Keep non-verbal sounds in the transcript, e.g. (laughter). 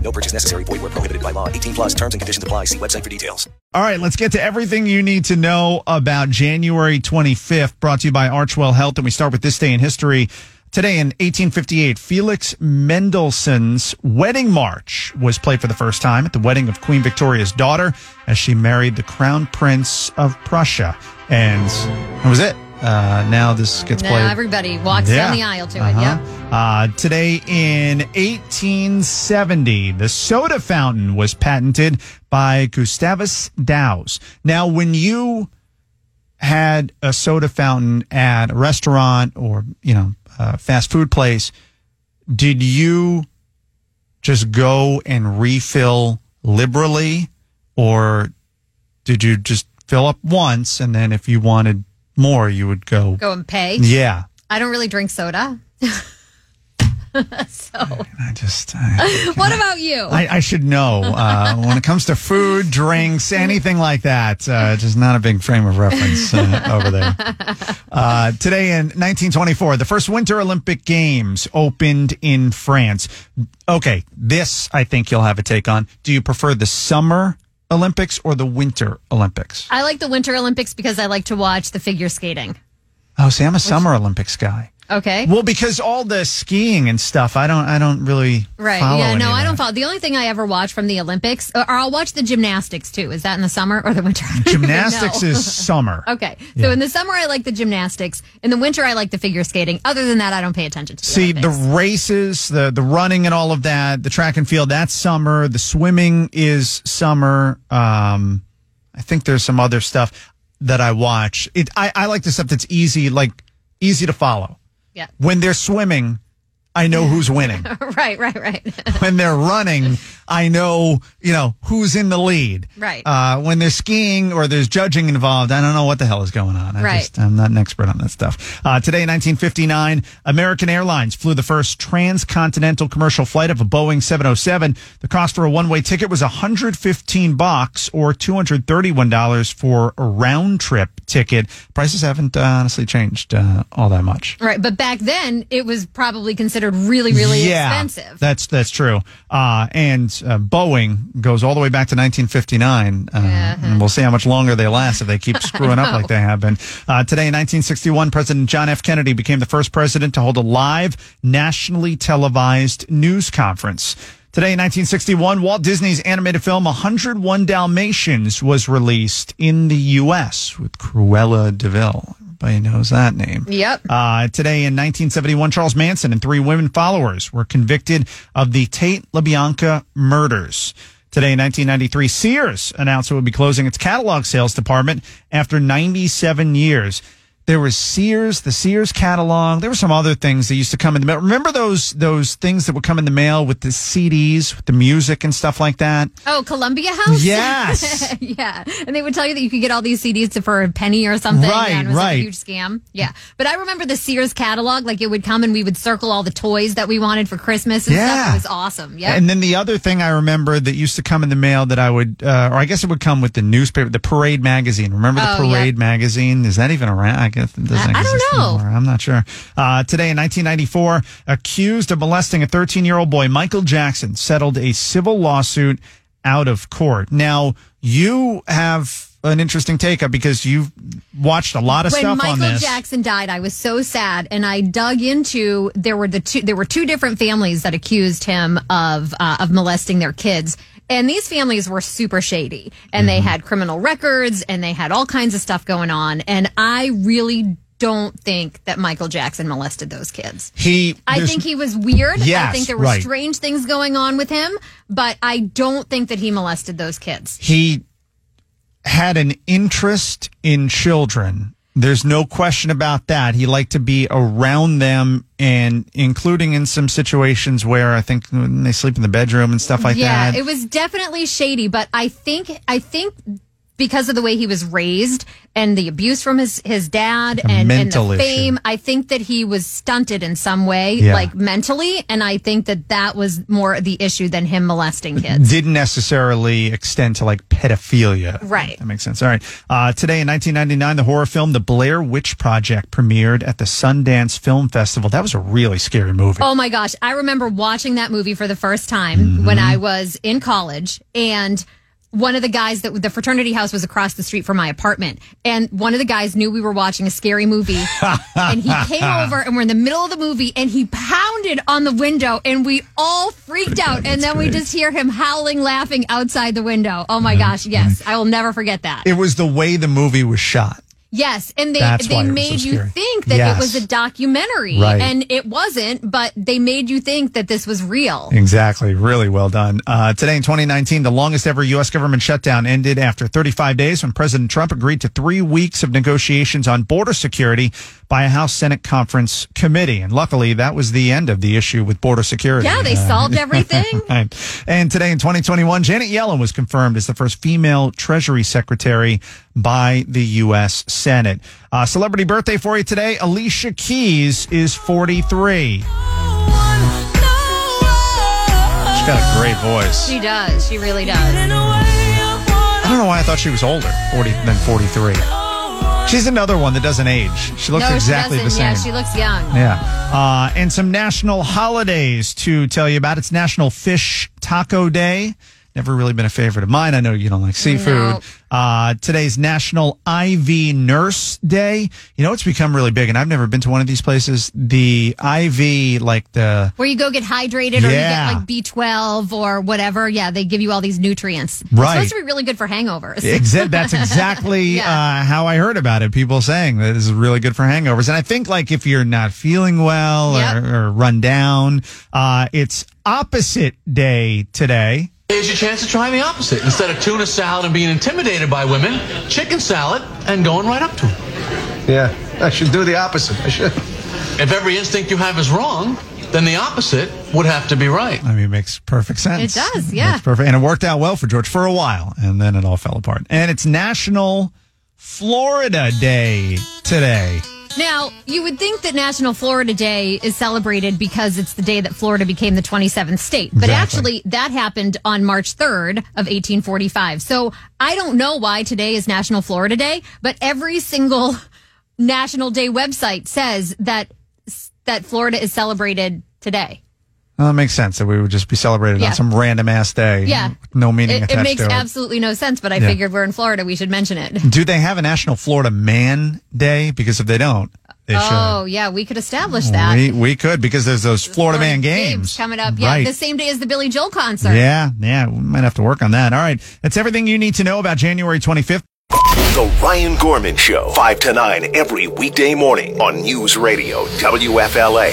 No purchase necessary. Void where prohibited by law. 18 plus terms and conditions apply. See website for details. All right, let's get to everything you need to know about January 25th, brought to you by Archwell Health. And we start with this day in history. Today in 1858, Felix Mendelssohn's Wedding March was played for the first time at the wedding of Queen Victoria's daughter as she married the Crown Prince of Prussia. And that was it. Uh, now this gets Now played. everybody walks down the aisle to it. Uh-huh. Yep. Uh, today in 1870, the soda fountain was patented by Gustavus Dows. Now, when you had a soda fountain at a restaurant or, you know, a fast food place, did you just go and refill liberally or did you just fill up once and then if you wanted more, you would go? Go and pay. Yeah. I don't really drink soda. (laughs) so, I just. I- what about you? I, I should know uh, when it comes to food, drinks, anything like that. Uh, just not a big frame of reference uh, over there. Uh, today in 1924, the first Winter Olympic Games opened in France. Okay, this I think you'll have a take on. Do you prefer the Summer Olympics or the Winter Olympics? I like the Winter Olympics because I like to watch the figure skating. Oh, see, I'm a Summer Olympics guy. Okay. Well, because all the skiing and stuff, I don't, I don't really Right. follow Yeah. any No, of I that. don't follow. (laughs) The only thing I ever watch from the Olympics, uh, or or I'll watch the gymnastics too. Is that in the summer or the winter? (laughs) I don't even know. Gymnastics is summer. (laughs) Okay. So in the summer, I like the gymnastics. In the winter, I like the figure skating. Other than that, I don't pay attention to the See the Olympics. races, the the running and all of that, the track and field that's summer, the swimming is summer. Um I think there's some other stuff that I watch. It I, I like the stuff that's easy, like easy to follow. Yeah. (laughs) When they're swimming, I know who's winning. right, right, right. (laughs) (laughs) when they're running, I know, you know, who's in the lead. Right. Uh, when there's skiing or there's judging involved, I don't know what the hell is going on. I Right. just, I'm not an expert on that stuff. Uh, today, in 1959, American Airlines flew the first transcontinental commercial flight of a Boeing 707. The cost for a one-way ticket was 115 bucks or $231 for a round trip ticket. Prices haven't uh, honestly changed uh, all that much. right. But back then, it was probably considered really, really expensive. That's that's true. Uh, and uh, Boeing goes all the way back to 1959. Uh, Uh-huh. And we'll see how much longer they last if they (laughs) keep screwing up like they have been. Uh, today in 1961, President John F. Kennedy became the first president to hold a live, nationally televised news conference. Today in 1961, Walt Disney's animated film 101 Dalmatians was released in the U.S. with Cruella DeVille. Everybody knows that name. Yep. Uh, today in 1971, Charles Manson and three women followers were convicted of the Tate LaBianca murders. Today in 1993, Sears announced it would be closing its catalog sales department after 97 years. There was Sears, the Sears catalog. There were some other things that used to come in the mail. Remember those those things that would come in the mail with the CDs, with the music and stuff like that? Oh, Columbia House? (laughs) Yes. yeah. And they would tell you that you could get all these CDs for a penny or something. Right, and it was like right. a huge scam. Yeah. But I remember the Sears catalog. Like it would come and we would circle all the toys that we wanted for Christmas and Yeah. stuff. It was awesome. Yeah. And then the other thing I remember that used to come in the mail that I would, uh, or I guess it would come with the newspaper, the Parade magazine. Remember the Oh, yeah. Parade magazine? Is that even around? I guess it doesn't I- I don't exist know. anymore. I'm not sure. Uh, today in 1994, accused of molesting a 13 year old boy, Michael Jackson settled a civil lawsuit out of court. Now you have an interesting take up because you've watched a lot of when stuff Michael on this. Jackson died, I was so sad, and I dug into there were the two there were two different families that accused him of uh, of molesting their kids. And these families were super shady and they Mm-hmm. had criminal records and they had all kinds of stuff going on. And I really don't think that Michael Jackson molested those kids. he, I there's- think he was weird. Yes, I think there were right. strange things going on with him, but I don't think that he molested those kids. he had an interest in children There's no question about that. He liked to be around them and including in some situations where I think when they sleep in the bedroom and stuff like yeah, that. it was definitely shady, but I think I think because of the way he was raised and the abuse from his his dad and, and mental the issue. fame, I think that he was stunted in some way, Yeah. like mentally, and I think that that was more the issue than him molesting kids. didn't necessarily extend to like pedophilia. Right. That makes sense. All right. Uh, today in 1999, the horror film The Blair Witch Project premiered at the Sundance Film Festival. That was a really scary movie. Oh my gosh. I remember watching that movie for the first time when I was in college and one of the guys that the fraternity house was across the street from my apartment and one of the guys knew we were watching a scary movie and he came over and we're in the middle of the movie and he pounded on the window and we all freaked out and then we just hear him howling laughing outside the window. Oh my gosh, yes. I will never forget that. It was the way the movie was shot. Yes, and they That's why they it was made so you scary. think that Yes. it was a documentary, Right. and it wasn't. But they made you think that this was real. Exactly. Really well done. Uh, today in 2019, the longest ever U.S. government shutdown ended after 35 days when President Trump agreed to three weeks of negotiations on border security by a House Senate conference committee. And luckily, that was the end of the issue with border security. Yeah, they Uh, solved (laughs) everything. Right. And today in 2021, Janet Yellen was confirmed as the first female Treasury Secretary by the U.S. Senate. Uh, celebrity birthday for you today. Alicia Keys is 43. She's got a great voice. she does. She really does. I don't know why I thought she was older 40 than 43. She's another one that doesn't age. She looks no, exactly she the same. doesn't. Yeah, she looks young. Yeah. Uh, and some national holidays to tell you about. It's National Fish Taco Day. Never really been a favorite of mine. I know you don't like seafood. No. Uh, today's National IV Nurse Day. You know, it's become really big, and I've never been to one of these places. The IV, like the Where you go get hydrated, or Yeah. you get like B twelve or whatever. Yeah, they give you all these nutrients. It's Right. supposed to be really good for hangovers. (laughs) Exa- that's exactly uh, how I heard about it. People saying that this is really good for hangovers. And I think, like, if you're not feeling well Yep. or, or run down, uh, it's opposite day today. Here's your chance to try the opposite. Instead of tuna salad and being intimidated by women, chicken salad and going right up to them. Yeah, I should do the opposite. I should. If every instinct you have is wrong, then the opposite would have to be right. I mean, it makes perfect sense. It does, yeah. Makes perfect, and it worked out well for George for a while, and then it all fell apart. And it's National Florida Day today. Now, you would think that National Florida Day is celebrated because it's the day that Florida became the 27th state. But Exactly. actually, that happened on March 3rd of 1845. So I don't know why today is National Florida Day, but every single (laughs) National Day website says that that Florida is celebrated today. Well, it makes sense that we would just be celebrated Yeah. on some random ass day. Yeah. No meaning It, it attached makes to it. absolutely no sense, but I Yeah. figured we're in Florida, we should (laughs) mention it. Do they have a National Florida Man Day? Because if they don't, they Oh, yeah, we could establish that. should. We, we could because there's those Florida, Man games. coming up. Yeah, Right. the same day as the Billy Joel concert. yeah, yeah, we might have to work on that. All right, that's everything you need to know about January 25th. The Ryan Gorman Show, 5 to 9 every weekday morning on News Radio WFLA.